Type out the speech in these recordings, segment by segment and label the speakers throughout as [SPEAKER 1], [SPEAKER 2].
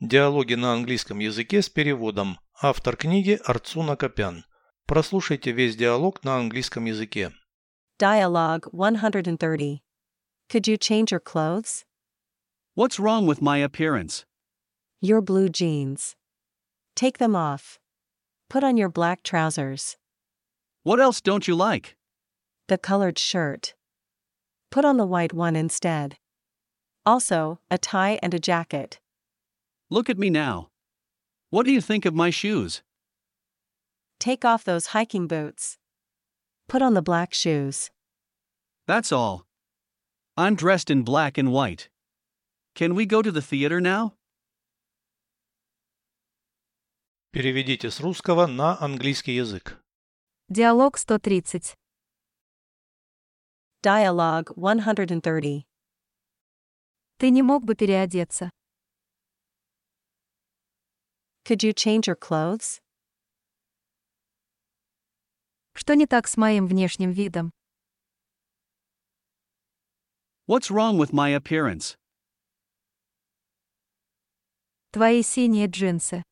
[SPEAKER 1] Диалоги на английском языке с переводом. Автор книги Арцуна Копян. Прослушайте весь диалог на английском языке.
[SPEAKER 2] Dialogue 130. Could you change your clothes?
[SPEAKER 3] What's wrong with my appearance?
[SPEAKER 2] Your blue jeans. Take them off. Put on your black trousers.
[SPEAKER 3] What else don't you like?
[SPEAKER 2] The colored shirt. Put on the white one instead. Also, a tie and a jacket.
[SPEAKER 3] Look at me now. What do you think of my shoes?
[SPEAKER 2] Take off those hiking boots. Put on the black shoes.
[SPEAKER 3] That's all. I'm dressed in black and white. Can we go to the theater now?
[SPEAKER 1] Переведите с русского на английский язык.
[SPEAKER 4] Диалог 130.
[SPEAKER 2] Dialogue 130.
[SPEAKER 4] Ты не мог бы переодеться.
[SPEAKER 2] Could you change your clothes?
[SPEAKER 4] Что не так с моим внешним видом?
[SPEAKER 3] What's wrong with my appearance?
[SPEAKER 4] Твои синие джинсы.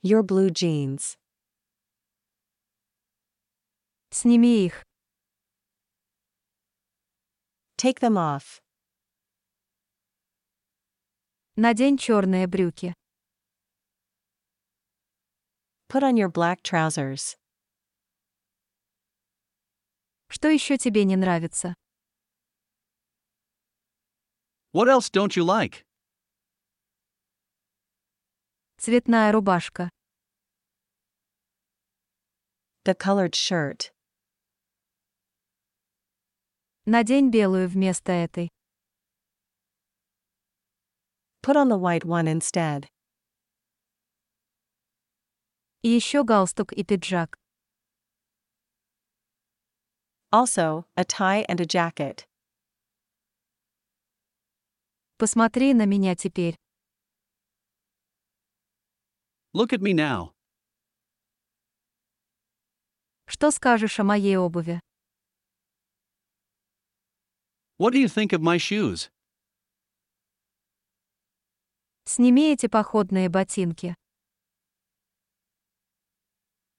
[SPEAKER 2] Your blue jeans.
[SPEAKER 4] Сними их.
[SPEAKER 2] Take them off.
[SPEAKER 4] Надень черные брюки.
[SPEAKER 2] Put on your black trousers.
[SPEAKER 4] Что еще тебе не нравится?
[SPEAKER 3] What else don't you like?
[SPEAKER 4] Цветная рубашка.
[SPEAKER 2] The colored shirt.
[SPEAKER 4] Надень белую вместо этой.
[SPEAKER 2] Put on the white one instead.
[SPEAKER 4] И еще галстук и пиджак.
[SPEAKER 2] Also, a tie and a jacket.
[SPEAKER 4] Посмотри на меня теперь.
[SPEAKER 3] Look at me now.
[SPEAKER 4] Что скажешь о моей обуви?
[SPEAKER 3] What do you think of my shoes?
[SPEAKER 4] Сними эти походные ботинки.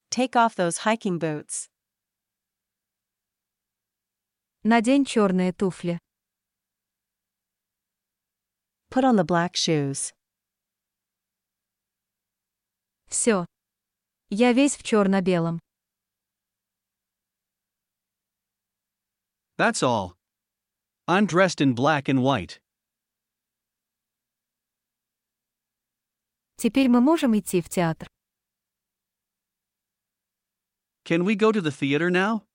[SPEAKER 2] Take off those hiking boots.
[SPEAKER 4] Надень черные туфли.
[SPEAKER 2] Put on the black shoes.
[SPEAKER 4] Все. Я весь в черно-белом.
[SPEAKER 3] That's all. I'm dressed in black and white.
[SPEAKER 4] Теперь мы можем идти в театр.
[SPEAKER 3] Can we go to the theater now?